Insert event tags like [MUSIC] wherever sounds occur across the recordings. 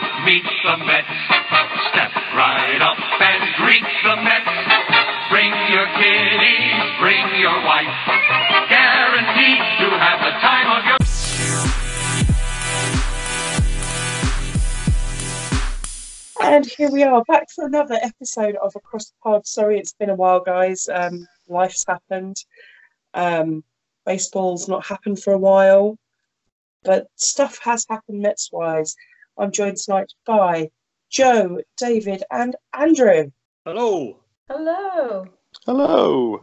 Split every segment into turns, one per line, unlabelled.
the Mets. Step right up and greet the Mets. Bring your kiddies, bring your wife. Guaranteed to have the time of your
And here we are back for another episode of Across the Pod. Sorry, it's been a while, guys. Um, life's happened. Um, baseball's not happened for a while, but stuff has happened Mets wise. I'm joined tonight by Joe, David, and Andrew.
Hello.
Hello.
Hello.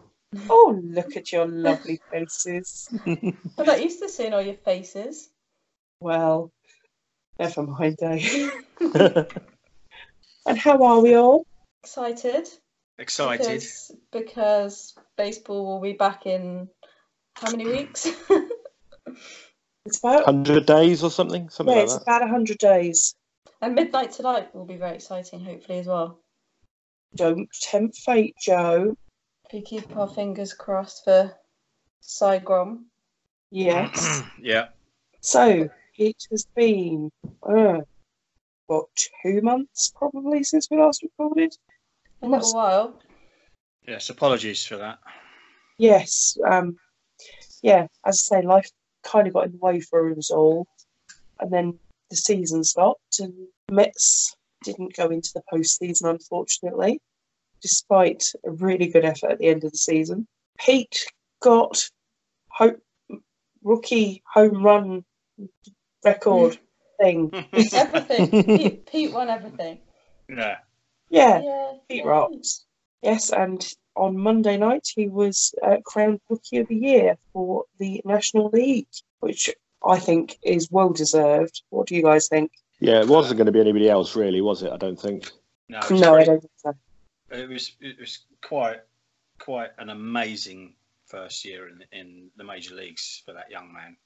Oh, look at your lovely faces.
I'm not used to seeing all your faces.
Well, never mind, eh? and how are we all?
Excited.
Excited.
Because, because baseball will be back in how many weeks? [LAUGHS]
It's about,
100 days or something? Something
yeah,
like
it's
that.
about 100 days.
and midnight tonight will be very exciting, hopefully, as well.
Don't tempt fate, Joe.
If we keep our fingers crossed for Saigon.
Yes.
yeah.
So it has been uh, what two months probably since we last recorded.
A little while.
Yes. Apologies for that. [LAUGHS]
Yes, um, yeah. As I say, life kind of got in the way for us all, and then the season stopped, and Mets didn't go into the postseason, unfortunately, despite a really good effort at the end of the season. Pete got hope rookie home run record thing.
Everything. Pete, Pete won everything.
yeah.
Yeah,
Yeah.
Pete rocks. Yes, and on Monday night he was uh, crowned Rookie of the Year for the National League, which I think is well deserved. What do you guys think?
Yeah, it wasn't going to be anybody else, really, was it? I don't think.
No. It was
No, I
pretty-
don't think so.
It was. It was quite, quite an amazing first year in in the major leagues for that young man.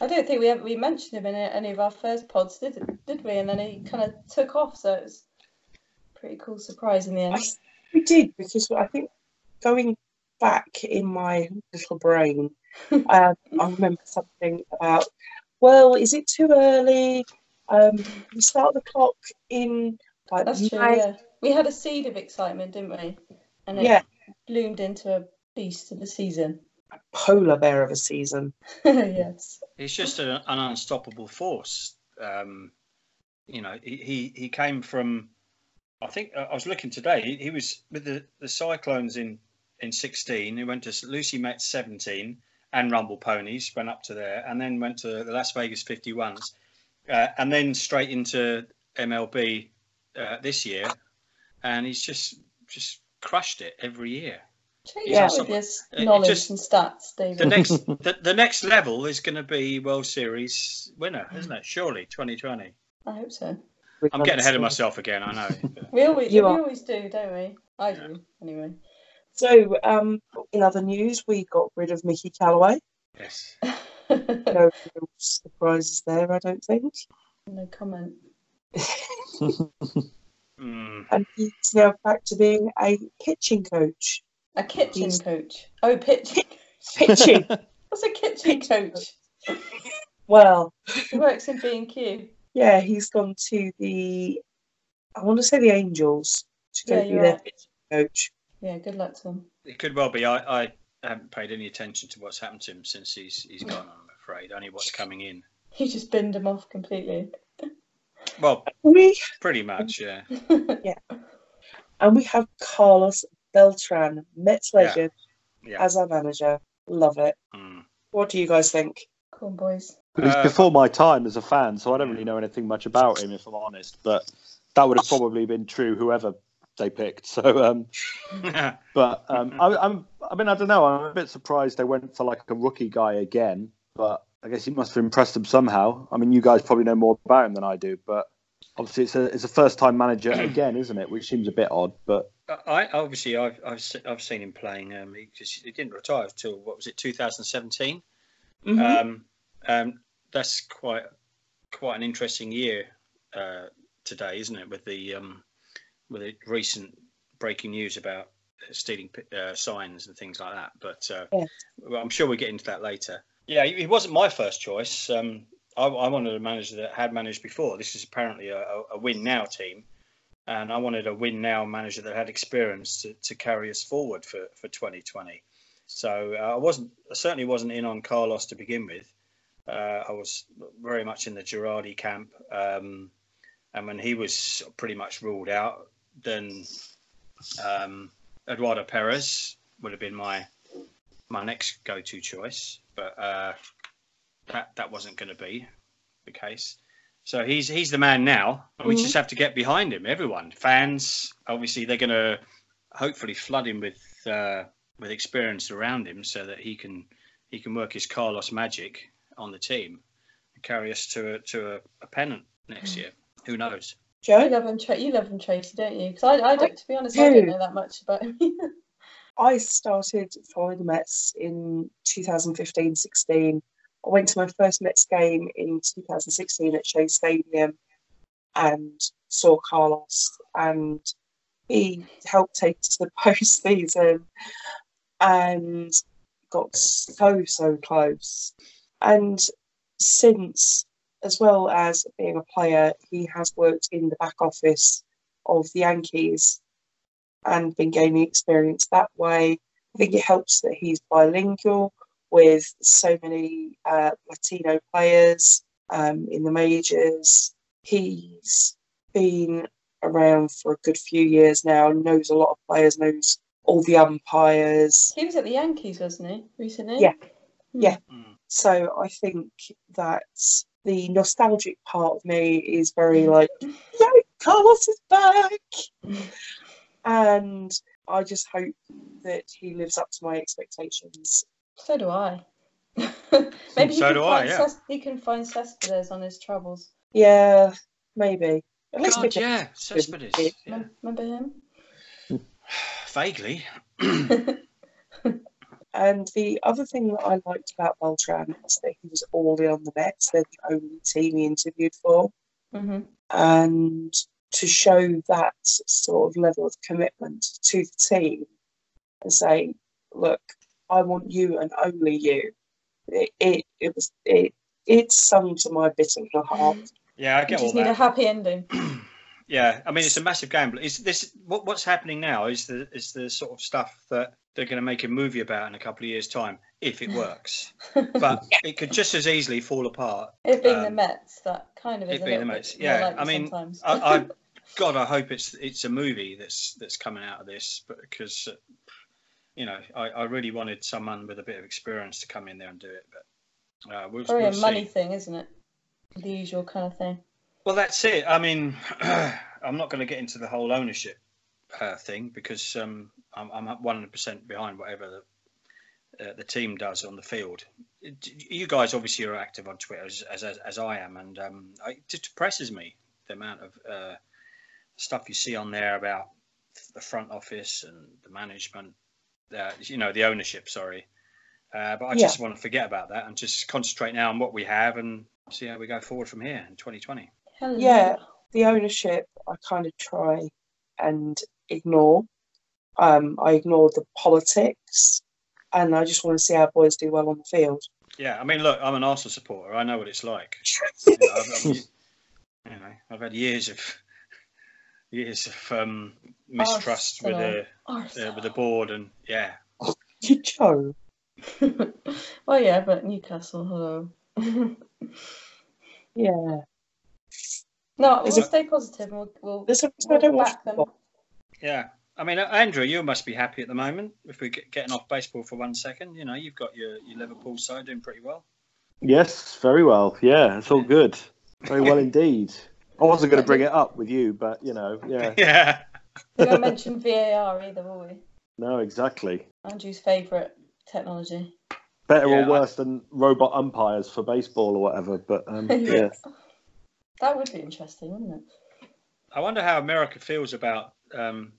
I don't think we ever, we mentioned him in any of our first pods, did did we? And then he kind of took off, so it was a pretty cool surprise in the end.
I think we did because I think going back in my little [LAUGHS] brain, um, I remember something about well, is it too early? Um, we start the clock in like
That's true.
May.
Yeah, we had a seed of excitement, didn't we? And it
Yeah.
bloomed into a beast of the season. [LAUGHS]
polar bear of a season.
yes.
He's just an, an unstoppable force. Um, you know, he, he he came from. I think uh, I was looking today. He, he was with the, the Cyclones in in sixteen. He went to St. Lucy Mets seventeen and Rumble Ponies. Went up to there and then went to the Las Vegas 51s, uh, and then straight into MLB uh, this year. And he's just just crushed it every year.
Check
Yeah.
yeah. with this
It- it
knowledge
just-
and stats,
The
David.
next the, the next level is going to be World Series winner, isn't it? Surely twenty twenty.
I hope so.
I'm getting ahead of myself again. I know.
We always
You
we
are.
always do, don't we? I
Yeah.
do anyway.
So, um, in other news, we got rid of Mickey Callaway.
[LAUGHS] yes.
[LAUGHS] no
No real surprises there, I don't think.
comment.
Mm.
And he's now back to being a pitching coach.
A kitchen
He's-
coach. Oh, pitching. [LAUGHS]
Pitching?
What's a kitchen coach?
[LAUGHS] well,
He works in B and Q.
yeah, he's gone to the, I want to say the Angels to go
Yeah,
be
you're
their
right.
coach.
Yeah, good luck to him. [LAUGHS]
It could well be. I, I haven't paid any attention to what's happened to him since he's he's gone. I'm afraid only what's coming in.
He just binned him off completely. [LAUGHS]
Well,
We
pretty much. Yeah.
and we have Carlos Beltran, Mets
Yeah.
legend,
Yeah.
as our manager. Love it.
[LAUGHS] Mm.
What do you guys think?
Come on, boys.
It was
Uh,
before my time as a fan, so I don't really know anything much about him, if I'm honest. But that would have probably been true, whoever they picked. [LAUGHS] So, um, but um, I, I'm, I mean, I don't know. I'm a bit surprised they went for like a rookie guy again. But I guess he must have impressed them somehow. I mean, you guys probably know more about him than I do, but. Obviously, it's a it's a first time manager again, isn't it? Which seems a bit odd, but
I obviously I've I've, se- I've seen him playing. Um, he just he didn't retire till what was it 2017.
Uh,
Mhm.
Um, um, that's quite quite an interesting year uh, today, isn't it? With the um, with the recent breaking news about stealing pi- uh, signs and things like that. But uh,
Yeah.
well, I'm sure we'll get into that later. Yeah, he he wasn't my first choice. Um, I, I wanted a manager that had managed before. This is apparently a, a, a win now team, and I wanted a win now manager that had experience to, to carry us forward for, for 2020. So uh, I wasn't, I certainly wasn't in on Carlos to begin with. Uh, I was very much in the Girardi camp, um, and when he was pretty much ruled out, then um, Eduardo Perez would have been my my next go-to choice, but uh, that that wasn't going to be the case. So he's he's the man now, and we
Mhm.
just have to get behind him. Everyone, fans, obviously they're going to hopefully flood him with uh, with experience around him, so that he can he can work his Carlos magic on the team and carry us to a, to a, a pennant next year. Who knows?
You
Joe,
love him, Tra- you love him, Tracy, don't you? Because I, I don't, to be honest, I
do.
don't know that much about him. [LAUGHS]
I started following the Mets in 2015 16. I went to my first Mets game in 2016 at Shea Stadium and saw Carlos, and he helped take us to the [LAUGHS] postseason and got so, so close. And since, as well as being a player, he has worked in the back office of the Yankees and been gaining experience that way. I think it helps that he's bilingual with so many uh, Latino players um, in the majors. He's been around for a good few years now, knows a lot of players, knows all the umpires.
he was at the Yankees, wasn't he, recently?
Yeah.
Hmm.
Yeah.
Mm.
So I think that the nostalgic part of me is
Mm.
very like, yeah, Carlos is back. And I just hope that he lives up to my expectations.
So do I. [LAUGHS] Maybe he
So
can
do I,
find
yeah.
Ces- he can find Cespedes on his travels.
Yeah, maybe. At least
God,
with
yeah, Cespedes. Yeah.
Mem- Remember
[CLEARS THROAT]
him?
Vaguely.
And the other thing that I liked about Beltran is that he was all in on the Mets. They're the only team he interviewed for.
hmm
and to show that sort of level of commitment to the team and say, look, I want you and only you. It it, it was it it sung to my bitter little heart.
Yeah, I
You
get all
just need a
that.
happy ending.
[CLEARS THROAT]
[LAUGHS]
yeah, I mean it's a massive gamble. Is this what, what's happening now? Is the is the sort of stuff that they're going to make a movie about in a couple of years' time if
[LAUGHS]
it works? but it could just as easily fall apart.
It being the
Um,
Mets, that kind of is
it
a
being
little
the
bit
Mets,
more
yeah,
likely
I mean,
sometimes.
I, I God, I hope it's it's a movie that's that's coming out of this because uh, you know I, I really wanted someone with a bit of experience to come in there and do it, but uh, we'll,
Probably
we'll
a Oh, money
see.
thing, isn't it? The usual kind of thing.
Well, that's it. I mean, [CLEARS THROAT] I'm not going to get into the whole ownership uh, thing because um, I'm, I'm 100% behind whatever the, uh, the team does on the field. D- You guys obviously are active on Twitter as, as, as I am, and um, I- it just depresses me the amount of uh, stuff you see on there about the front office and the management, uh, you know, the ownership, sorry. Uh, but I just want to forget about that and just concentrate now on what we have and see how we go forward from here in 2020.
Hello.
Yeah. The ownership I kind of try and ignore. Um, I ignore the politics and I just want to see our boys do well on the field. [LAUGHS]
Yeah, I mean, look, I'm an Arsenal supporter. I know what it's like. You know, I've, I've, you know, I've had years of years of um, mistrust with the uh,
Arsenal.
with the board, and yeah,
You Joe.
[LAUGHS] well, yeah, but Newcastle, hello. [LAUGHS]
Yeah.
no, we'll
Is it-
stay positive and we'll, we'll,
There's something I
we'll
don't watch
back them.
football.
yeah. I mean, uh, Andrew, you must be happy at the moment. If we're get- getting off baseball for one second, you know, you've got your, your Liverpool side doing pretty well.
Yes, very well. Yeah, it's all good. Very [LAUGHS] well indeed. I wasn't going to bring it up with you, but you know, [LAUGHS] yeah.
[LAUGHS] Yeah,
We don't mention VAR either, will we?
No, exactly.
Andrew's favourite technology.
Better
Yeah, I-
or worse than robot umpires for baseball or whatever. But [LAUGHS] um, yeah,
That would be interesting, wouldn't it?
I wonder how America feels about um,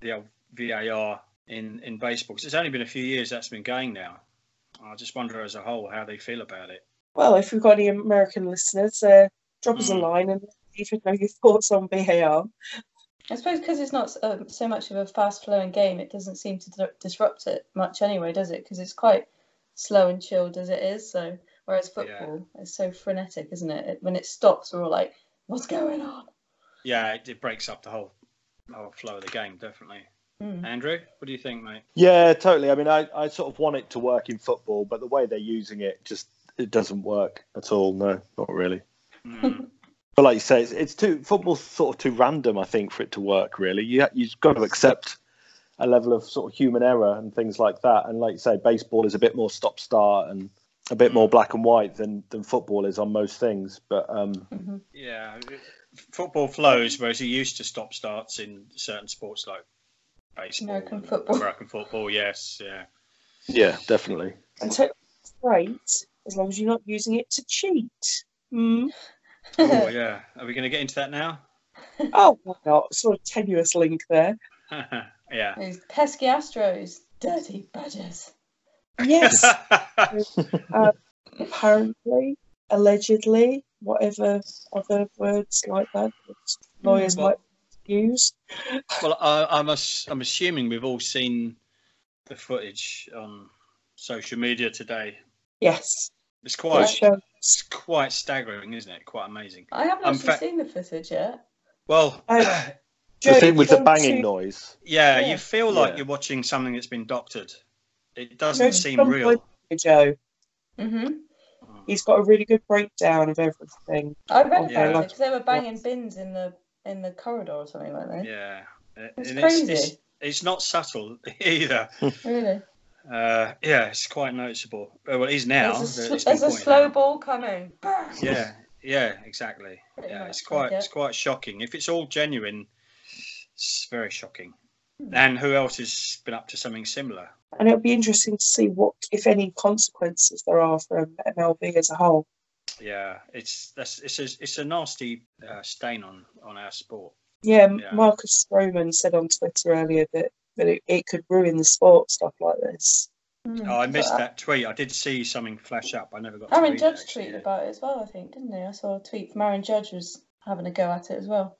the old VAR in in baseball 'cause it's only been a few years that's been going now. I just wonder, as a whole, how they feel about it.
Well, if we've got any American listeners, uh, drop us a
Mm.
line and let us know your [LAUGHS] thoughts on VAR.
I suppose because it's not um, so much of a fast flowing game, it doesn't seem to di- disrupt it much anyway, does it? Because it's quite slow and chilled as it is. So Whereas football is so frenetic, isn't it? it? When it stops, we're all like, "What's going on?"
Yeah, it, it breaks up the whole whole flow of the game, definitely.
Mm.
Andrew, what do you think, mate?
Yeah, totally. I mean, I, I sort of want it to work in football, but the way they're using it just it doesn't work at all. No, not really.
[LAUGHS]
Mm,
But like you say, it's, it's too football's sort of too random, I think, for it to work. Really, you ha- you've got to accept a level of sort of human error and things like that. And like you say, baseball is a bit more stop-start and a bit more black and white than than football is on most things. But um,
Mhm.
yeah, it- football flows, whereas you used to stop starts in certain sports like baseball,
American
and
football.
American football. Yes,
[LAUGHS]
yeah.
yeah, definitely.
And so it's great as long as you're not using it to cheat. Mm.
Oh, yeah. Are we going to get into that now?
[LAUGHS]
[LAUGHS]
Oh, why not? Sort of tenuous link there.
yeah.
[LAUGHS] Those pesky Astros, dirty badgers.
Yes, [LAUGHS] apparently, allegedly, whatever other words like that that lawyers
Mm.
might use.
[LAUGHS] well, I, I'm, ass- I'm assuming we've all seen the footage on social media today.
Yes, um,
It's
that
quite,
show-
it's quite staggering, isn't it? Quite amazing.
I haven't
I'm
actually
fa-
seen the footage yet.
Well, [CLEARS THROAT]
Uh,
The
Joe,
thing with the
go
banging
to-
noise.
yeah,
Yeah.
you feel like
Yeah.
you're watching something that's been doctored. It doesn't
No,
seem
some
real. Mm.
Joe.
hmm
He's got a really good breakdown of everything.
I read about
Yeah.
it 'cause they were banging bins in the in the corridor or something like that.
Yeah. And
It's
It's,
crazy.
it's not subtle [LAUGHS] either.
Really?
Uh, yeah, it's quite noticeable. Uh, Well, it is now.
There's
but
a, sl-
it's been
there's a
pointed
slow
out.
ball coming. Bang!
Yeah, yeah, exactly.
[LAUGHS] Pretty
Yeah,
much,
it's quite
yeah.
it's quite shocking. If it's all genuine, it's very shocking.
Hmm.
And who else has been up to something similar?
And it'll be interesting to see what, if any, consequences there are from MLB as a whole.
Yeah, it's that's it's a, it's a nasty uh, stain on on our sport.
Yeah, M-
Yeah.
Marcus Stroman said on Twitter earlier that, that it, it could ruin the sport, stuff like this.
Mm.
Oh, I missed
[LAUGHS] But
that tweet. I did see something flash up. I never got. to
Aaron
read
Judge
it, actually.
tweeted about it as well, I think, didn't he? I saw a tweet from Aaron Judge was having a go at it as well.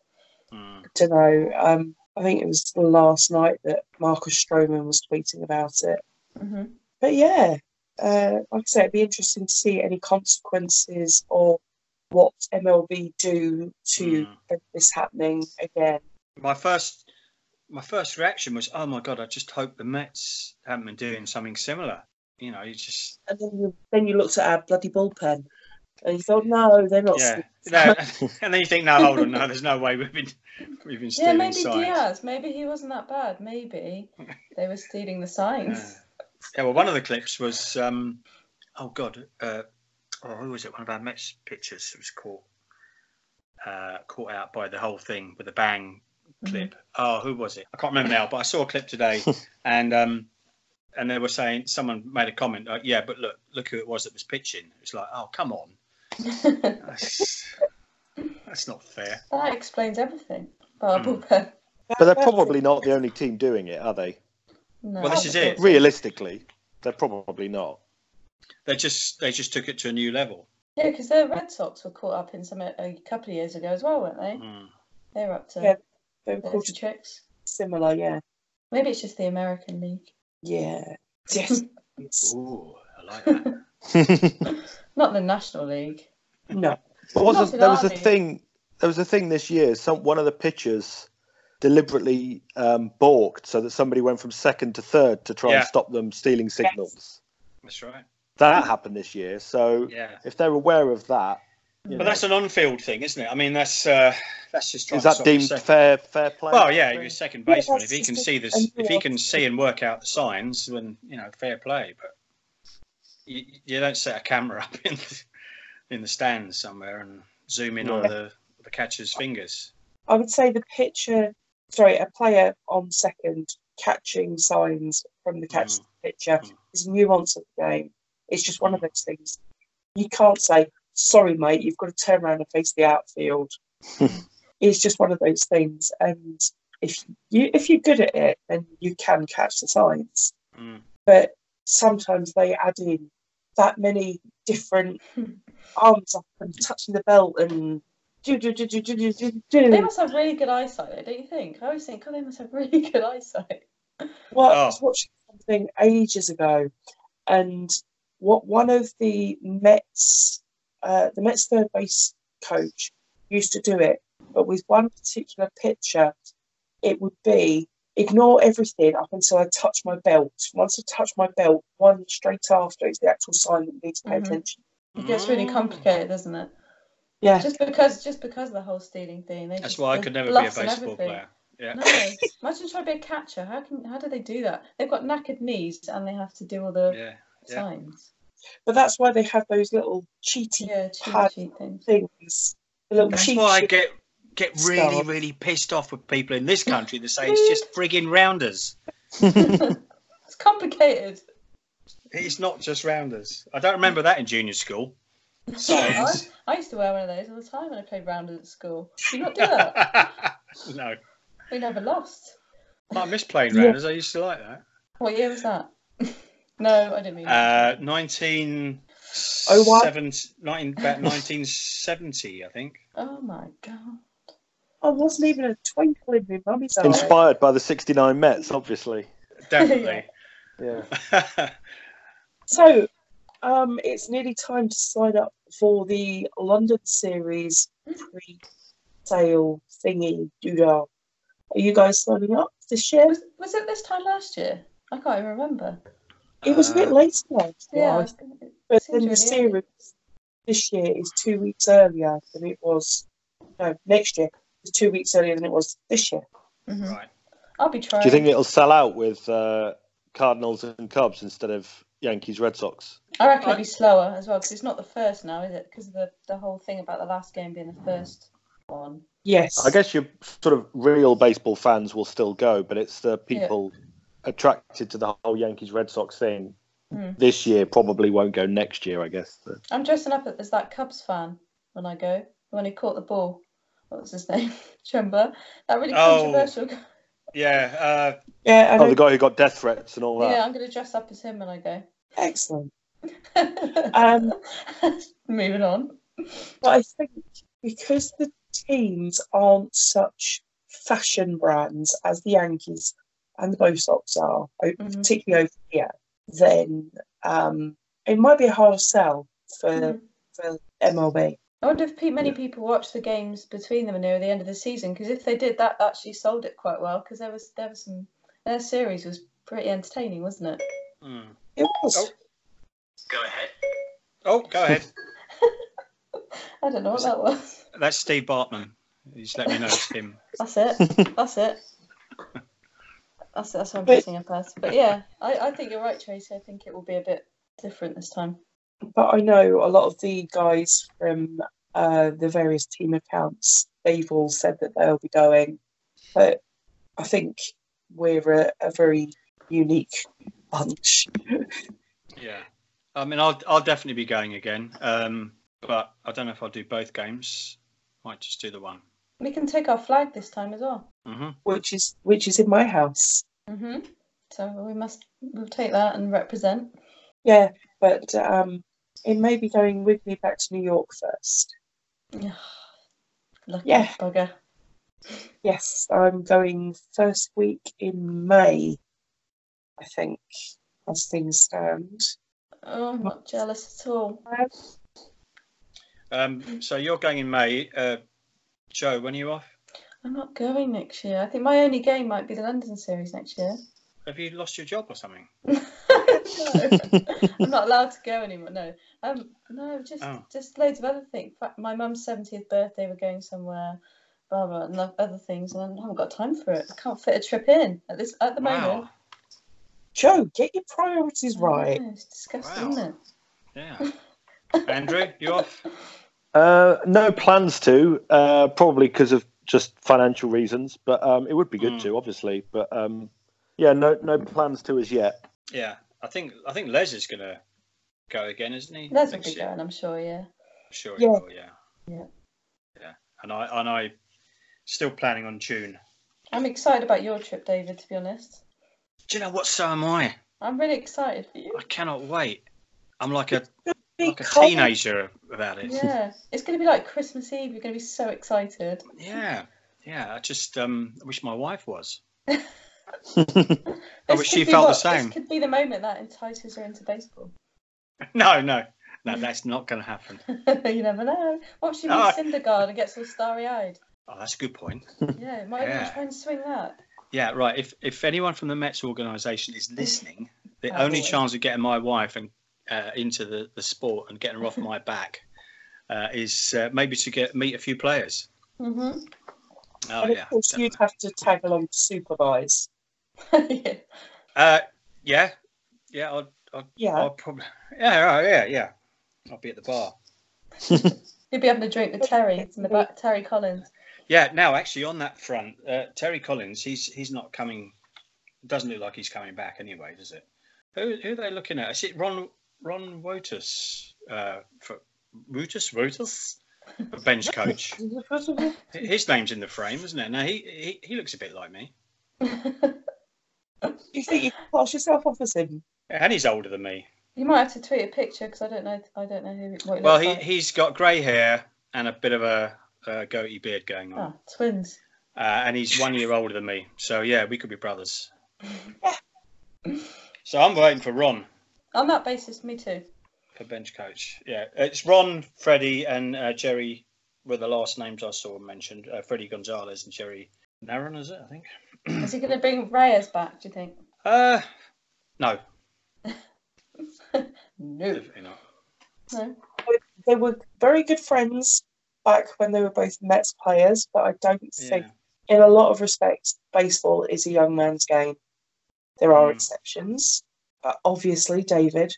Mm,
I don't know. Um, I think it was last night that Marcus Stroman was tweeting about it.
hmm
But yeah, uh, like I said, it'd be interesting to see any consequences or what MLB do to
mm.
prevent this happening again.
My first my first reaction was, oh my god, I just hope the Mets haven't been doing something similar. You know, you just [LAUGHS]
[LAUGHS]
And then you, then you looked at our bloody bullpen and you thought, no, they're not.
Yeah,
slick."
no, and then you think, no, hold on, no, there's no way we've been we've been
Yeah,
stealing
maybe
signs.
Diaz. Maybe he wasn't that
[LAUGHS]
bad. Maybe they were stealing the signs.
Yeah, well, one of the clips was, um, oh god, uh, oh, who was it? One of our Mets pitchers was caught uh, caught out by the whole thing with a bang clip. Oh, who was it? I can't remember now, but I saw a clip today, and um, and they were saying someone made a comment, uh, yeah, but look, look who it was that was pitching. It's like, oh, come on, that's, that's not fair.
[LAUGHS] that explains everything. But our
Mm.
bullpen.
That-
But they're
that's
probably not the only team doing it, are they?
No,
Well, this is it.
Realistically, they're probably not. [LAUGHS]
They just they just took it to a new level.
Yeah, because the Red Sox were caught up in some a, a couple of years ago as well, weren't they?
Mm.
They were up to
Yeah. They were
dirty
called
tricks.
similar, yeah.
Maybe it's just the American League.
Yeah. [LAUGHS]
[LAUGHS]
Yes.
Ooh, I like that.
but
Not the National League.
no.
wasn't
Not
there was a
Zidane.
thing? There was a thing this year. Some one of the pitchers deliberately um, balked so that somebody went from second to third to try
Yeah.
and stop them stealing signals.
that's right.
That happened this year. So
Yeah,
if they're aware of that, you
but
know,
that's an on-field thing, isn't it? I mean, that's uh, that's just trying
is
to
that
stop the
deemed
second-
fair fair play?
Well, yeah, your second
Yeah,
baseman.
that's
if he can
just
see this, if he can see and work out the signs, then you know, fair play. But you, you don't set a camera up in the, in the stands somewhere and zoom in
No.
on the the catcher's fingers.
I would say the pitcher, sorry, a player on second catching signs from the catch pitcher
Mm.
is nuance of the game. It's just one of those things. You can't say, sorry, mate, you've got to turn around and face the
[LAUGHS]
outfield. it's just one of those things. And if you if you're good at it, then you can catch the signs.
Mm.
But sometimes they add in that many different arms up and touching the belt and do do do do do do do. do.
They must have really good eyesight, though, don't you think? I always think, oh, they must have really [LAUGHS] good eyesight.
Well,
Oh.
I was watching something ages ago, and what one of the Mets, uh, the Mets third base coach used to do it, but with one particular pitcher, it would be ignore everything up until I touch my belt. Once I touch my belt, one straight after is the actual sign that you need to pay
Mhm.
attention.
It gets
Hmm. Mm.
really complicated, doesn't it?
Yeah,
Just because just because of the whole stealing thing. They
That's
just-
why I
there's
could never be a
bluffs and
baseball
everything.
player. Yeah.
No, imagine trying to be a catcher. How can how do they do that? They've got knackered knees and they have to do all the
Yeah. yeah.
signs.
but that's why they have those little cheaty
Yeah, cheat
Pad.
cheat things. [LAUGHS]
things. The little
That's
cheat
why I
sheet.
get get really,
Stars.
really pissed off with people in this country that say it's
[LAUGHS]
just frigging rounders.
it's complicated.
It's not just rounders. I don't remember that in junior school.
I,
Signs.
I used to wear one of those all the time when I played rounders at school. Do you not do that?
[LAUGHS] no.
we never lost.
I miss playing
Yeah.
rounders. I used to like that.
What year was that? [LAUGHS] no, I didn't mean that.
Uh, 19,
Oh, what?
19 about 1970, I think.
Oh my god.
I Oh, wasn't even a twinkle in my mummy's eye.
Inspired by the 69 Mets, obviously.
Definitely.
[LAUGHS]
[LAUGHS]
Yeah.
So, um, it's nearly time to sign up for the London series pre-sale thingy doodah. Are you guys signing up this year?
Was, was it this time last year? I can't even remember.
It was a bit
Uh,
late last year,
Yeah,
I
it was-
but
seems
then the
really early.
series this year is two weeks earlier than it was. No, next year is two weeks earlier than it was this year.
Mhm.
Right.
I'll be trying.
Do you think it'll sell out with uh, Cardinals and Cubs instead of Yankees Red Sox?
I reckon it'll be slower as well because it's not the first now, is it? Because of the, the whole thing about the last game being the first one.
Yes,
I guess your sort of real baseball fans will still go, but it's the people attracted to the whole Yankees Red Sox thing
Mm.
this year probably won't go next year, I guess.
I'm dressing up as that Cubs fan when I go. The one who caught the ball. What was his [LAUGHS] name? Do you remember? That really
Oh.
controversial guy.
Yeah. Uh,
yeah, I
Oh,
know.
the guy who got death threats and all that.
Yeah, I'm going to dress up as him when I go.
excellent. Um,
[LAUGHS] Moving on.
But I think because the teams aren't such fashion brands as the Yankees and the Bo Sox are, o-
Mhm.
particularly over here, then um, it might be a harder sell for,
Mhm.
for MLB.
I wonder if pe- many
Yeah.
people watch the games between them and near the end of the season because if they did, that actually sold it quite well because there was there was some their series was pretty entertaining, wasn't it?
mm.
It was.
Oh. Oh, go ahead.
I don't know what
Was
that was. [LAUGHS]
That's Steve Bartman. You just let me know it's him.
That's it. That's it. That's that's what I'm guessing up as. But yeah, I, I think you're right, Tracy. I think it will be a bit different this time.
But I know a lot of the guys from uh, the various team accounts, they've all said that they'll be going. But I think we're a, a very unique bunch.
Yeah. I mean, I'll, I'll definitely be going again. Um, but I don't know if I'll do both games. Might just do the one.
We can take our flag this time as well.
hmm
which is which is in my house.
hmm So we must we'll take that and represent.
Yeah, but um, it may be going with me back to New York first.
Lucky
Yeah.
bugger.
Yes, I'm going first week in May. I think, as things stand.
Oh, I'm not jealous at all.
Um, so you're going in May. Uh, Joe, when are you off?
I'm not going next year. I think my only game might be the London series next
[LAUGHS]
year.
Have you lost your job or something?
No. I'm not allowed to go anymore. No, um, no, just
Oh.
just loads of other things. In fact, My mum's seventieth birthday. We're going somewhere, blah blah, and other things, and I haven't got time for it. I can't fit a trip in at this at the moment.
Wow.
Joe, get your priorities right.
I know, it's disgusting,
Wow.
isn't it? [LAUGHS]
Yeah. Andrew, you off?
Uh, no plans to, uh, probably because of just financial reasons, but um, it would be good
Mm.
to, obviously. But um, yeah, no, no plans to as yet.
Yeah. I think I think Les is gonna go again, isn't he?
That's what
Next
we're
year.
going. I'm sure. Yeah.
Sure.
Yeah.
Yeah. Will, yeah.
Yeah.
Yeah. And I and I still planning on June.
I'm excited about your trip, David. To be honest,
Do you know what? So am I.
I'm really excited for you.
I cannot wait. I'm like a like a
Because-
teenager about it. Yeah.
Yeah, it's going to be like Christmas Eve. You're going to be so excited.
Yeah. I just um I wish my wife was. [LAUGHS] wish
This could
she
be
Oh, felt the
what-
same.
This could be the moment that entices her into baseball. [LAUGHS]
No, no, no, that's not going to happen.
you never know. What if she
Oh.
meets Syndergaard and gets all
[LAUGHS]
starry eyed?
Oh, that's a good point.
Yeah, might even
Yeah.
try and swing that.
Yeah, right. If if anyone from the Mets organisation is listening, the
Oh,
only
boy.
chance of getting my wife and uh, into the, the sport and getting her off my back uh, is uh, maybe to get meet a few players.
Mm-hmm. [LAUGHS]
Oh
and of
yeah,
course, you'd
definitely.
have to tag along to supervise.
yeah.
Uh, yeah, yeah. I'll, I'll,
Yeah.
I'll probably. Yeah, oh, yeah, yeah, yeah. I'll be at the bar.
He'd be having a drink with Terry in the back. Terry Collins. [LAUGHS]
Yeah. Now, actually, on that front, uh, Terry Collins, he's he's not coming. Doesn't look like he's coming back anyway, does it? Who, who are they looking at? Is it Ron Ron Wotus? Uh, for Wotus Wotus, a bench
[LAUGHS]
coach. His name's in the frame, isn't it? Now he, he he looks a bit like me,
you think you can pass yourself off as him?
and he's older than me.
You might have to tweet a picture because I don't know. I don't know who. What he
Well,
looks
he
like.
he's got grey hair and a bit of a, uh goatee beard going on,
Ah, twins.
uh, and he's one year older than me. So yeah, we could be
[LAUGHS]
brothers. so I'm waiting for Ron.
On that basis, me too.
for bench coach. Yeah, it's Ron, Freddie, and uh, Jerry were the last names I saw mentioned. Uh, Freddie Gonzalez and Jerry Naron, is it? I think.
Is he going to bring Reyes back? Do you think?
Uh, no,
No.
definitely not.
No.
They were very good friends back when they were both Mets players, but I don't
Yeah,
think, in a lot of respects, baseball is a young man's game. There are
Mm.
exceptions. Uh, obviously, David.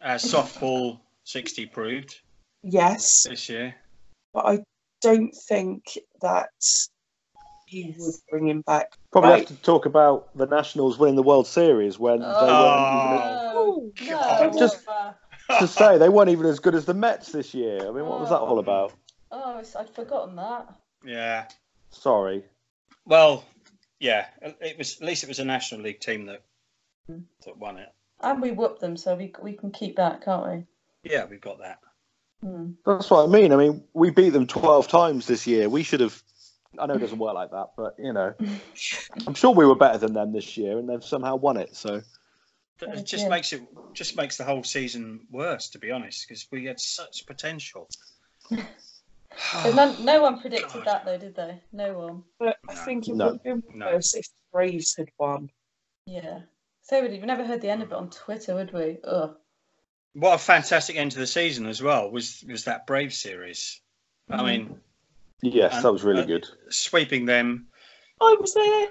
uh, softball sixty proved
Yes,
this year.
but I don't think that you would bring him back.
Probably
Right.
have to talk about the Nationals winning the World Series when they weren't even
[CLEARS THROAT] Oh.
No.
God.
no.
Just-
Oliver.
as, to say they weren't even as good as the Mets this year. I mean, what was that all about?
Oh, it's- I'd forgotten that.
yeah.
Sorry.
Well, yeah. It was at least it was a National League team that that won it.
And we whooped them, so we we can keep that, can't
Yeah, we've got that.
we? Hmm.
That's what I mean. I mean, we beat them 12 times this year. We should have. I know it doesn't work like that, but you [LAUGHS] know, I'm sure we were better than them this year, and they've somehow won it. So
That-
Oh,
It just
yeah.
makes it just makes the whole season worse, to be honest, because we had such
[SIGHS]
potential.
But none, no one
God.
predicted that, though, did they? No one.
But I
No.
think it
No.
would have been
No.
worse if the Braves had won.
Yeah. So we'd, we never heard the end of it on Twitter, would we? Ugh.
what a fantastic end to the season as well was was that Brave series. I
Mhm.
mean,
yes, that was really good.
sweeping them,
I was there.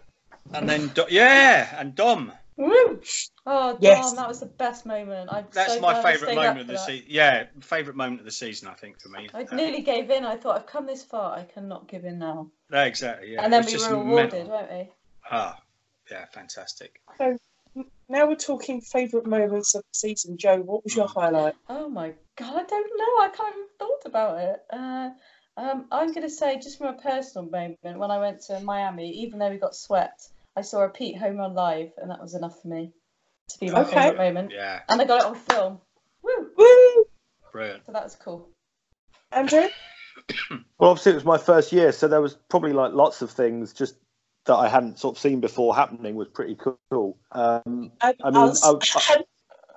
and then Do- yeah, and Dom.
Woo! Oh, Dom,
Yes.
that was the best moment. I'm
That's
so
my
glad I
favourite
stayed up
moment of
for
the
that.
season. Yeah, favourite moment of the season, I think for me.
I
Uh,
nearly gave in. I thought, I've come this far. I cannot give in now.
yeah, exactly. Yeah,
and then
It was
we
just
were awarded,
mental.
weren't we?
Ah, yeah, fantastic.
Now we're talking favourite moments of the season. Joe, what was your
Mm.
highlight?
Oh my god, I don't know. I can't even thought about it. Uh, um, I'm gonna say just from a personal moment when I went to Miami, even though we got swept, I saw a Pete home run live, and that was enough for me to be my
Okay.
favorite moment.
Yeah,
And I got it on film. Woo!
Woo!
brilliant.
So that was cool.
Andrew?
Well, obviously, it was my first year, so there was probably like lots of things just that I hadn't sort of seen before happening was pretty cool. Um,
And
I mean,
us,
I-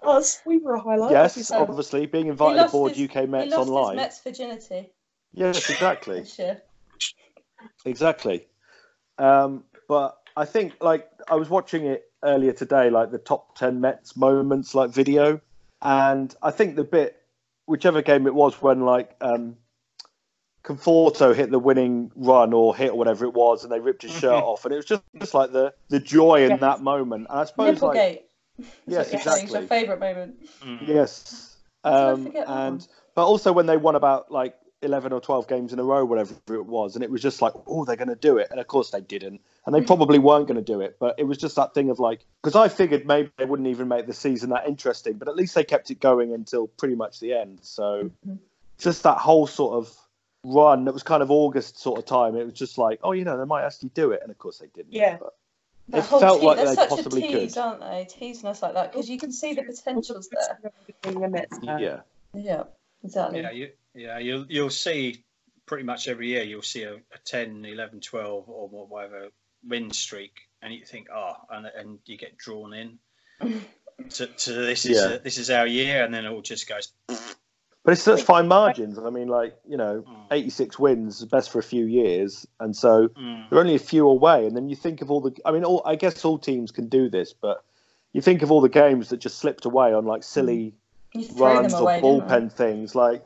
us, we were a highlight.
yes,
Oh.
obviously, being invited
lost
aboard
his-
UK
he
Mets
lost
online.
his Mets virginity
Yes, exactly.
this year.
Exactly. Um, but I think like I was watching it earlier today, like the top ten Mets moments, like video, and I think the bit, whichever game it was, when like um, Conforto hit the winning run or hit or whatever it was, and they ripped his shirt off, and it was just, just like the the joy in
Yes.
that moment. And I suppose like
Nipplegate.
yes,
That's what you're saying, it's your
exactly,
favourite moment.
Mm.
yes,
How did I
um,
forget that
and
one?
but also when they won about like 11 or 12 games in a row, whatever it was. And it was just like, oh, they're going to do it. And of course they didn't.
Hmm.
And they probably weren't going to do it. But it was just that thing of like, because I figured maybe they wouldn't even make the season that interesting. But at least they kept it going until pretty much the end. So
Mhm.
just that whole sort of run that was kind of August sort of time. It was just like, oh, you know, they might actually do it. And of course they didn't.
Yeah.
But
That
It
whole
felt
team,
like
they're
they
such
possibly
a tease,
could.
aren't they? Teasing us like that because you can see the potentials there.
Being a Mets
Uh,
fan.
yeah.
Yeah, exactly.
Yeah, you, yeah, you'll you'll see pretty much every year you'll see a, a 10, 11, 12 or wha- "Ah," whatever win streak, and you think, oh, and, and you get drawn in. to, to this is
Yeah.
this is our year, and then it all just goes.
But it's such fine margins. I mean, like, you know,
mm,
86 wins is best for a few years. And so
mm,
they're only a few away. And then you think of all the, I mean, all, I guess all teams can do this, but you think of all the games that just slipped away on like silly
You Mm. throw
runs
them
or
away. didn't they?
bullpen things. Like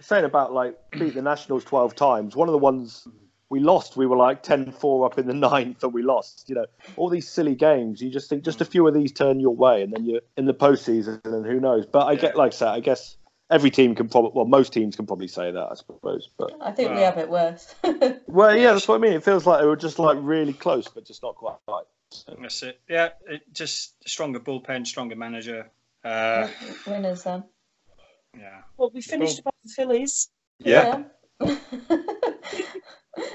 saying about like beat the Nationals 12 times. One of the ones we lost, we were like 10 4 up in the [LAUGHS] ninth and we lost. You know, all these silly games. You just think just a few of these turn your way and then you're in the postseason and who knows. But I get, like I said, I guess every team can probably, well, most teams can probably say that, I suppose. But
I think we
Wow.
have it worse. [LAUGHS]
well, yeah, that's what I mean. It feels like they were just like really close, but just not quite right. So,
that's it. Yeah, it, just stronger bullpen, stronger manager. Uh,
Winners then.
yeah.
Well, we finished above the Phillies.
yeah.
Yeah. [LAUGHS]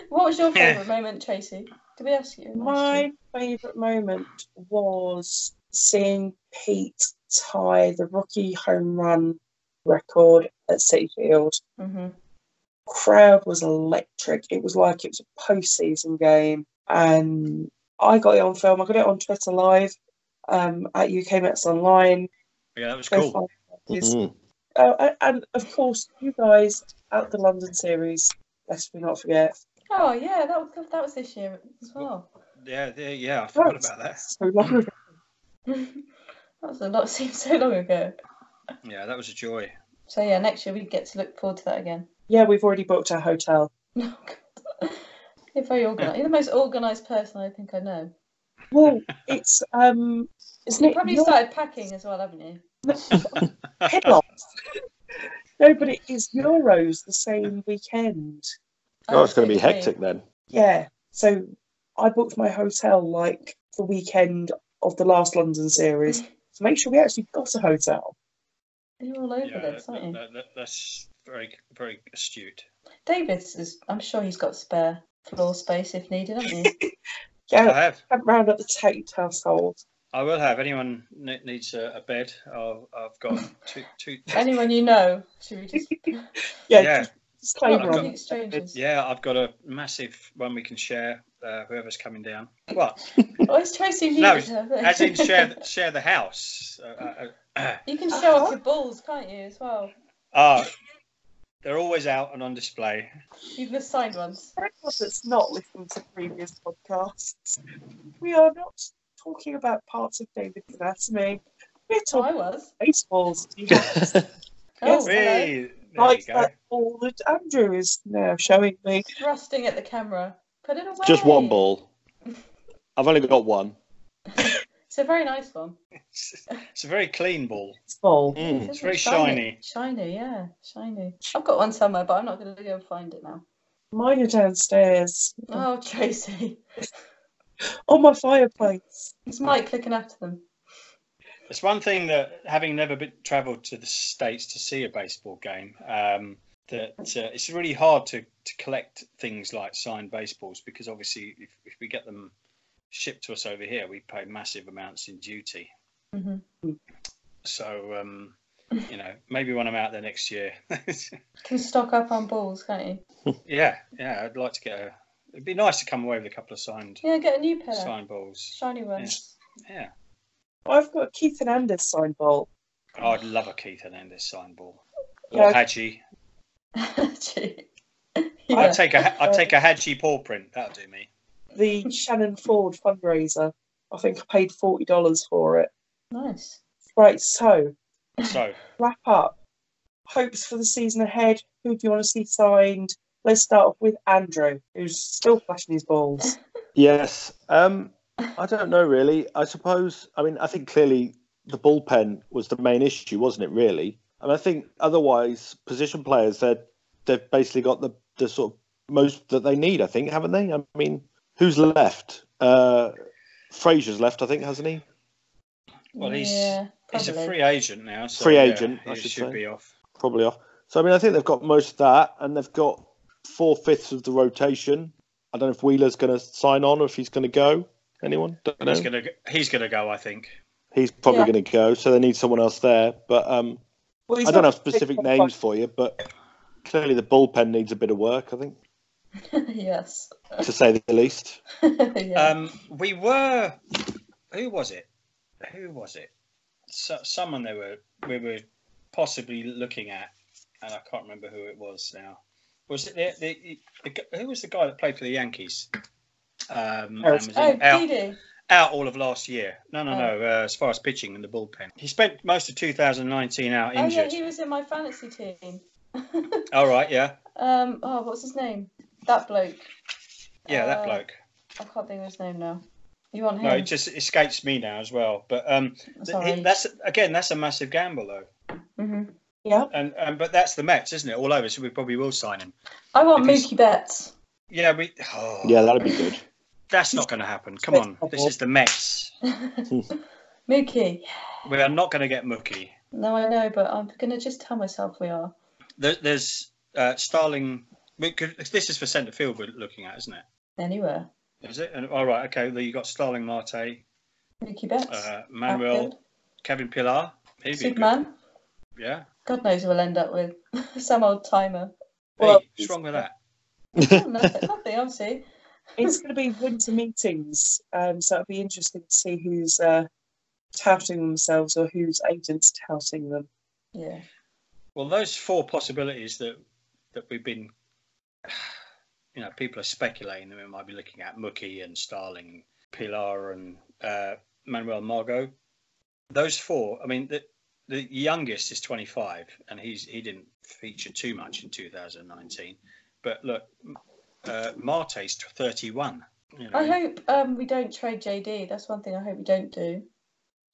what was your
Yeah.
favourite moment, Tracy? Did we ask you?
My favourite moment was seeing Pete tie the rookie home run record at City Field.
hmm
Crowd was electric. It was like it was a postseason game, and I got it on film. I got it on Twitter live um, at UK Mets Online.
Yeah, that was
Go
cool.
find it.
Mhm.
Uh, and of course, you guys at the London series. Let's we not forget.
Oh yeah, that was that was this year as well.
Yeah, yeah, yeah. I forgot about that.
So long ago.
that was a lot. [LAUGHS] Seems so long ago.
Yeah, that was a joy.
So yeah, next year we get to look forward to that again. [LAUGHS]
Yeah, we've already booked our hotel.
Oh, God. You're very organised. You're the most organised person I think I know.
Well, it's um, isn't
You
it
probably
your
started packing as well, haven't you?
head off? no, but it is Euros the same weekend.
Oh, it's going to be
Okay.
hectic then.
Yeah, so I booked my hotel like the weekend of the last London series to make sure we actually got a hotel.
You're all over
Yeah,
this,
that,
aren't you?
that- that- that's very, very astute.
David's is. I'm sure he's got spare floor space if needed, hasn't he?
I
Yeah,
have.
went round at the Tate household.
I will have. Anyone ne- needs a, a bed? I'll, I've got two, two.
Anyone you know? Should we just
Yeah,
yeah,
Not
disclaimer.
I've got-
on
complete strangers?
yeah. I've got a massive one we can share. Uh, whoever's coming down. What?
Oh, it's Tracy
No,
Leeds, I think.
As in share th- share the house. Uh, uh, uh,
[LAUGHS] You can show off your balls, can't you, as well?
ah, they're always out and on display.
You've missed signed ones.
For anyone that's not listened to previous podcasts, we are not talking about parts of David's anatomy. We're
Oh, I
talking
was.
baseballs.
Oh,
Yes.
hello.
Hey, there you
like
go.
that ball that Andrew is now showing me.
Thrusting at the camera. Put it away.
[LAUGHS] Just one ball. I've only got one.
It's a very nice one.
It's, it's a very clean ball.
It's ball.
Mm.
It's
Hmm, very
Shiny, yeah, shiny. I've got one somewhere, but I'm not going to go and find it now.
Mine are downstairs
Hmm.
Oh, Tracy.
on my fireplace.
It's Mike looking after them.
It's one thing that having never been travelled to the states to see a baseball game, um, that uh, it's really hard to, to collect things like signed baseballs because obviously if, if we get them shipped to us over here, we pay massive amounts in duty.
hmm
So um, you know, maybe when I'm out there next year, [LAUGHS]
Can stock up on balls, can't you?
yeah, yeah, I'd like to get a. It'd be nice to come away with a couple of signed
Yeah, get a new pair.
signed balls.
Shiny ones.
Yeah,
I've got a Keith Hernandez signed ball.
Oh, I'd love a Keith Hernandez signed ball.
Yeah.
Or Hadji.
[LAUGHS] Gee.
I'd
yeah.
take a I'd take a Hadji paw print. That'll do me. [LAUGHS]
The Shannon Ford fundraiser. I think I paid forty dollars for it.
Nice.
Right, so
So.
wrap up. Hopes for the season ahead. Who do you want to see signed? Let's start off with Andrew, who's still flashing his balls.
Yes. Um, I don't know really. I suppose. I mean, I think clearly the bullpen was the main issue, wasn't it? Really, and I think otherwise position players they they've basically got the the sort of most that they need. I think, haven't they? I mean, who's left? Uh, Fraser's left, I think, hasn't he?
Well, he's-
yeah,
He's a
probably.
free agent now. So
Free
yeah,
agent, I
he
should
should,
say.
be off.
Probably off. So I mean, I think they've got most of that, and they've got four fifths of the rotation. I don't know if Wheeler's going to sign on or if he's going to go. Anyone? Don't know.
He's gonna go- he's gonna go. I think.
He's probably
Yeah.
going to go, so they need someone else there. But um,
Well, he's
I don't
not-
have specific names for you, but clearly the bullpen needs a bit of work, I think,
[LAUGHS] yes. [LAUGHS]
to say the least.
yeah.
Um, we were. Who was it? Who was it? so, someone they were we were possibly looking at, and I can't remember who it was now. Was it the, the, the, gu- who was the guy that played for the Yankees? Um, and was
Oh,
in- out-
Dee Dee.
out all of last year. No, no,
Oh.
no. Uh, as far as pitching in the bullpen, he spent most of 2019 out
Oh yeah,
injured.
he was in my fantasy team.
All right, yeah,
um, oh, what's his name? That bloke.
yeah,
Uh,
that bloke.
I can't think of his name now. You want him?
No, it just escapes me now as well. But um,
That's
th-
all right.
that's again, that's a massive gamble though.
Mhm.
Yeah.
And, and but that's the Mets, isn't it? All over, so we probably will sign him.
I want
If he's-
Mookie Betts.
Yeah, we. Oh,
Yeah, that'd be good.
that's not going to happen. Come on, this is the Mets.
Mookie.
We are not going to get Mookie.
No, I know, but I'm gonna just tell myself we are.
There, there's uh, Starling. We could, this is for centre field we're looking at, isn't it?
Anywhere.
Is it? And, all right, okay. Well, you got Starling Marte,
Mookie Betts.
uh, Manuel,
Outfield.
Kevin Pilar, he'd be
Superman.
Good. Yeah.
God knows who we'll end up with. [LAUGHS] Some old timer.
Well,
hey, what's wrong with that?
Oh, nothing, nothing, obviously.
It's going to be winter meetings, um, so it'll be interesting to see who's uh, touting themselves or whose agents touting them.
Yeah.
Well, those four possibilities that that we've been, [SIGHS] you know, people are speculating that we might be looking at Mookie and Starling, Pilar and uh, Manuel Margot. Those four. I mean, the the youngest is 25, and he's he didn't feature too much in 2019. But look, uh, Marte's 31. You know,
I hope um, we don't trade JD. That's one thing I hope we don't do.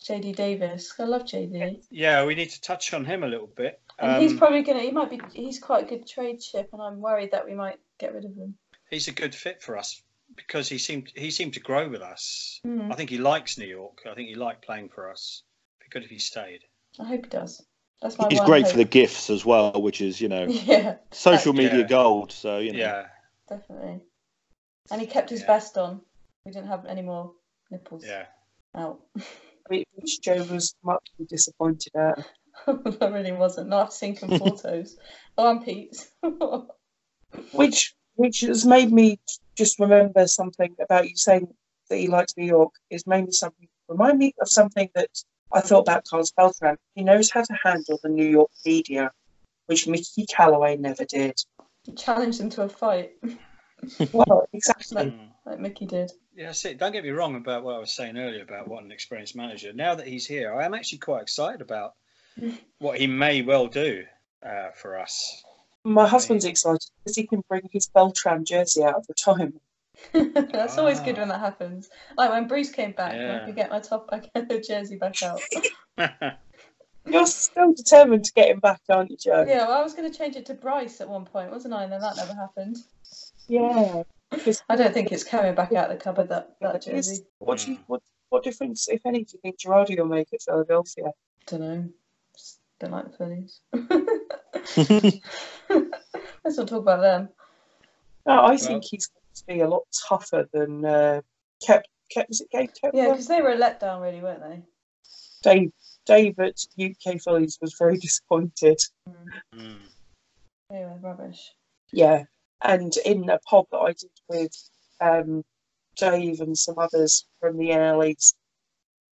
JD Davis. I love JD.
yeah, we need to touch on him a little bit.
And he's
Um,
probably going to, he might be, he's quite a good trade chip, and I'm worried that we might get rid of him.
he's a good fit for us because he seemed he seemed to grow with us.
Mm.
I think he likes New York. I think he liked playing for us. It'd be good if he stayed.
I hope he does. That's my
He's
one
great
hope.
for the gifts as well, which is you
[LAUGHS]
know
Yeah,
social media
Yeah.
gold. So you know,
Yeah,
definitely. And he kept his
Yeah.
vest on. We didn't have any more nipples
yeah.
out. [LAUGHS]
I mean, which Joe was much disappointed at.
I really wasn't. Not I've seen
[LAUGHS]
from photos. Oh, and Pete's.
Which which has made me just remember something about you saying that he likes New York. It's made me something remind me of something that I thought about Carlos Beltran. He knows how to handle the New York media, which Mickey Calloway never did.
[LAUGHS] Challenged him to a fight,
Well, exactly.
Mm.
like Mickey did. [LAUGHS]
Yeah, see, don't get me wrong about what I was saying earlier about what an experienced manager. Now that he's here, I am actually quite excited about what he may well do uh, for us. [LAUGHS]
My husband's excited because he can bring his Beltran jersey out of retirement.
That's always good
Ah.
when that happens. Like when Bruce came back, I
Yeah.
could get my top [LAUGHS] back and the jersey back
[LAUGHS]
out.
Mm.
You're still determined to get him back, aren't you, Joe?
yeah, well, I was going to change it to Bryce at one point, wasn't I? And then that never happened.
Yeah. Because
I don't think it's coming back out of the cupboard that that
It is.
jersey.
what do you, what what difference, if any, do you think Girardi will make at Philadelphia?
Don't know. Don't like the Phillies.
[LAUGHS]
Let's not talk about them.
No, I
Well-
think he's going to be a lot tougher than uh, Kep. Kep was it Gabe Kep?
Yeah, because they were a letdown, really, weren't they?
Dave. Dave at UK Phillies was very [LAUGHS] disappointed.
Mm.
They were rubbish.
Yeah, and in a pub that I did with um, Dave and some others from the NL East,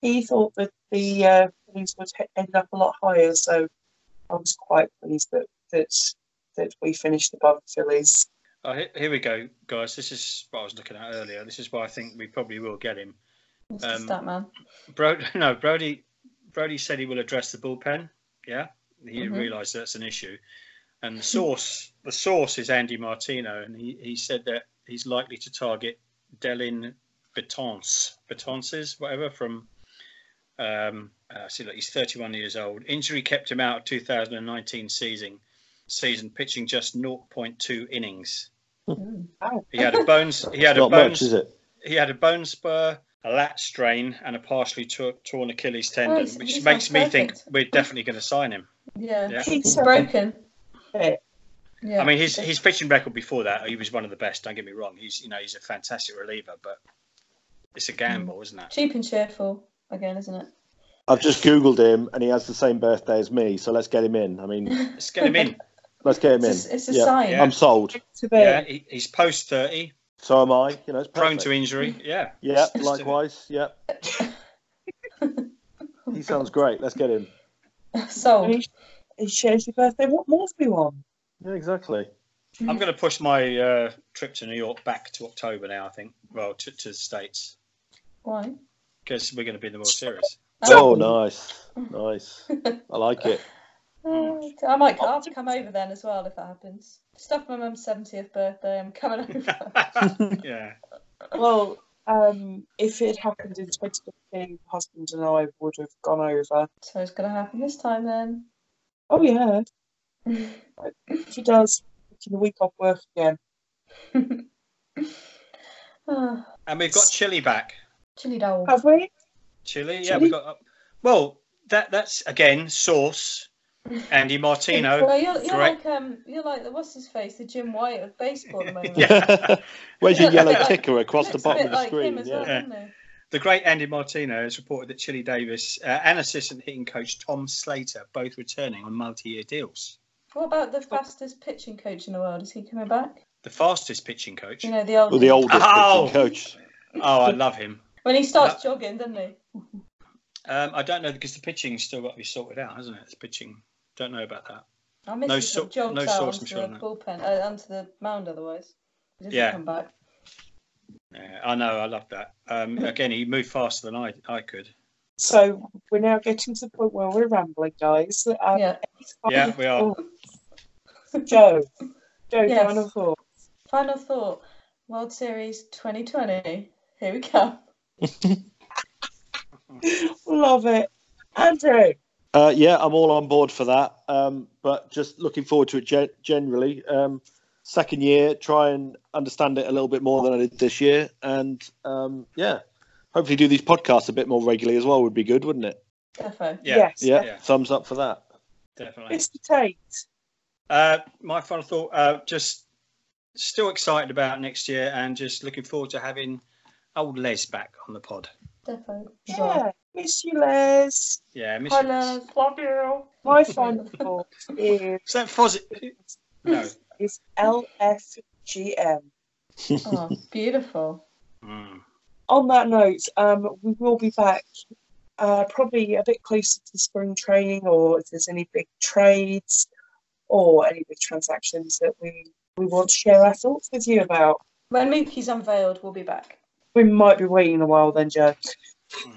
he thought that the uh, Phillies would he- end up a lot higher. So I was quite pleased that that that we finished above the Phillies.
Oh, he- here we go, guys. This is what I was looking at earlier. This is why I think we probably will get him.
Mr.
Um,
Statman.
Bro, [LAUGHS] no, Brody. Brody said he will address the bullpen. Yeah, he
Mm-hmm.
Mhm.
realised that's an issue. And the source, the source is Andy Martino, and he, he said that he's likely to target Delin Betances, Betances, whatever from. Um, uh, see, look, he's 31 years old. Injury kept him out of 2019 season, season pitching just 0.2 innings.
hmm.
Mm.
He had
[LAUGHS]
a bones. He had a
not
bones.
much, is it?
He had a bone spur, a lat strain, and a partially t- torn Achilles tendon,
Oh, he's-
which
he's
makes me
perfect.
think we're definitely going to sign him.
Yeah.
Yeah.
He's
He's broken.
bit.
Yeah.
I mean, his his pitching record before that, he was one of the best. Don't get me wrong. He's you know he's a fantastic reliever, but it's a gamble, isn't it?
cheap and cheerful again, isn't it?
I've just googled him, and he has the same birthday as me. So let's get him in. I mean,
Let's get him
[LAUGHS]
in.
let's get him in.
It's a, it's a
yeah.
sign.
Yeah.
I'm sold.
To be
yeah, he, he's post thirty,
So am I. You know, it's
prone
perfect.
[LAUGHS] to injury. Yeah,
Yeah,
do it.
[LAUGHS]
likewise. Yeah. He sounds great. Let's get him.
And
[LAUGHS] Sold.
he, he shares your birthday. What more do you want?
Yeah, exactly.
I'm going to push my uh, trip to New York back to October now. I think. Well, to, to the states
Why?
because we're going to be in the World Series. [LAUGHS]
Oh, nice, nice. I like it.
Uh, [LAUGHS] I might I'll have to come over then as well if that happens. Stuff my mum's 70th birthday. I'm coming [LAUGHS] over.
yeah.
Well, um, if it happened in 2015, husband and I would have gone over.
so it's going to happen this time then.
Oh yeah. [LAUGHS] if he does, taking a week off work again.
Oh,
And we've got Chile back.
chili dog.
Have we?
Chile. Yeah,
Chile?
we got. Well, that that's again source. Andy Martino.
[LAUGHS] Well, you're, you're
great.
like um, you're like the what's his face, the Jim White of baseball at the
[LAUGHS] [LAUGHS]
moment.
Yeah.
[LAUGHS] Where's
[LAUGHS]
your yellow
Looks
ticker across the
Looks
bottom
a
of
bit
the
like
screen?
him as
yeah.
well, doesn't he?
The great Andy Martino has reported that Chili Davis uh, and assistant hitting coach Tom Slater both returning on multi-year deals.
What about the fastest pitching coach in the world? Is he coming back?
The fastest pitching coach.
You know the old
Well, the oldest
Ow!
pitching coach.
Oh, I love him.
when he starts jogging, doesn't he?
Um, I don't know because the pitching's still got to be sorted out, hasn't it? It's pitching. Don't know about that.
I miss
No
his little
sor-
jogs
no
out
sauce,
onto
I'm sure,
the
no.
bullpen, uh, onto the mound. Otherwise, he doesn't
Yeah.
come back.
Yeah, I know. I love that. Um, again, he moved faster than I I could.
So we're now getting to the point where we're rambling, guys. Um,
yeah.
Yeah, we
oh,
are.
Joe, Joe,
Yes.
final thought.
Final thought: World Series 2020. Here we go.
Love it, Andrew.
Uh, yeah, I'm all on board for that. Um, but just looking forward to it ge- generally. Um, second year, try and understand it a little bit more than I did this year, and um, yeah, hopefully do these podcasts a bit more regularly as well. Would be good, wouldn't it?
Defo.
Yeah,
Yes.
Yeah,
Yeah.
thumbs up for that.
definitely.
Mr. Tate.
Uh, my final thought: uh, just still excited about next year, and just looking forward to having old Les back on the pod.
Defo. as well.
Yeah, miss you, Les.
Yeah, miss
Hi,
you, Les.
love. Love you.
My
[LAUGHS]
final thought is
Is that Fozzie? No.
is LFGM.
Oh, beautiful.
Mm.
On that note, um, we will be back uh, probably a bit closer to spring training, or if there's any big trades or any big transactions that we we want to share our thoughts with you about.
When Mookie's unveiled, we'll
[LAUGHS]
be back.
we might be waiting a while then, Joe.
Mm.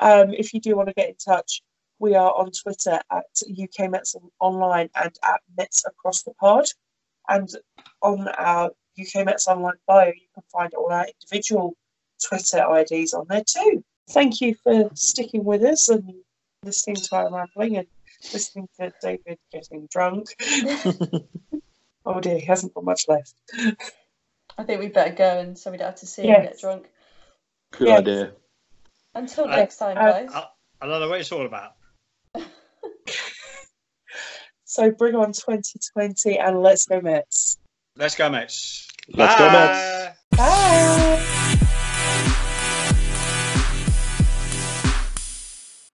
Um, if you do want to get in touch, we are on Twitter at UK Mets Online and at Mets Across the Pod. And on our UK Mets Online bio, you can find all our individual Twitter IDs on there too. Thank you for sticking with us and listening to our rambling and listening to David getting drunk. oh dear, he hasn't got much left.
I think we better go and so we don't have to see him
Yes.
get drunk.
Good
Yeah.
idea.
Until
I-
next time,
I-
guys.
I, I don't know what it's all about.
So bring on 2020 and let's go Mets.
Let's go, Mets.
Let's go, Mets.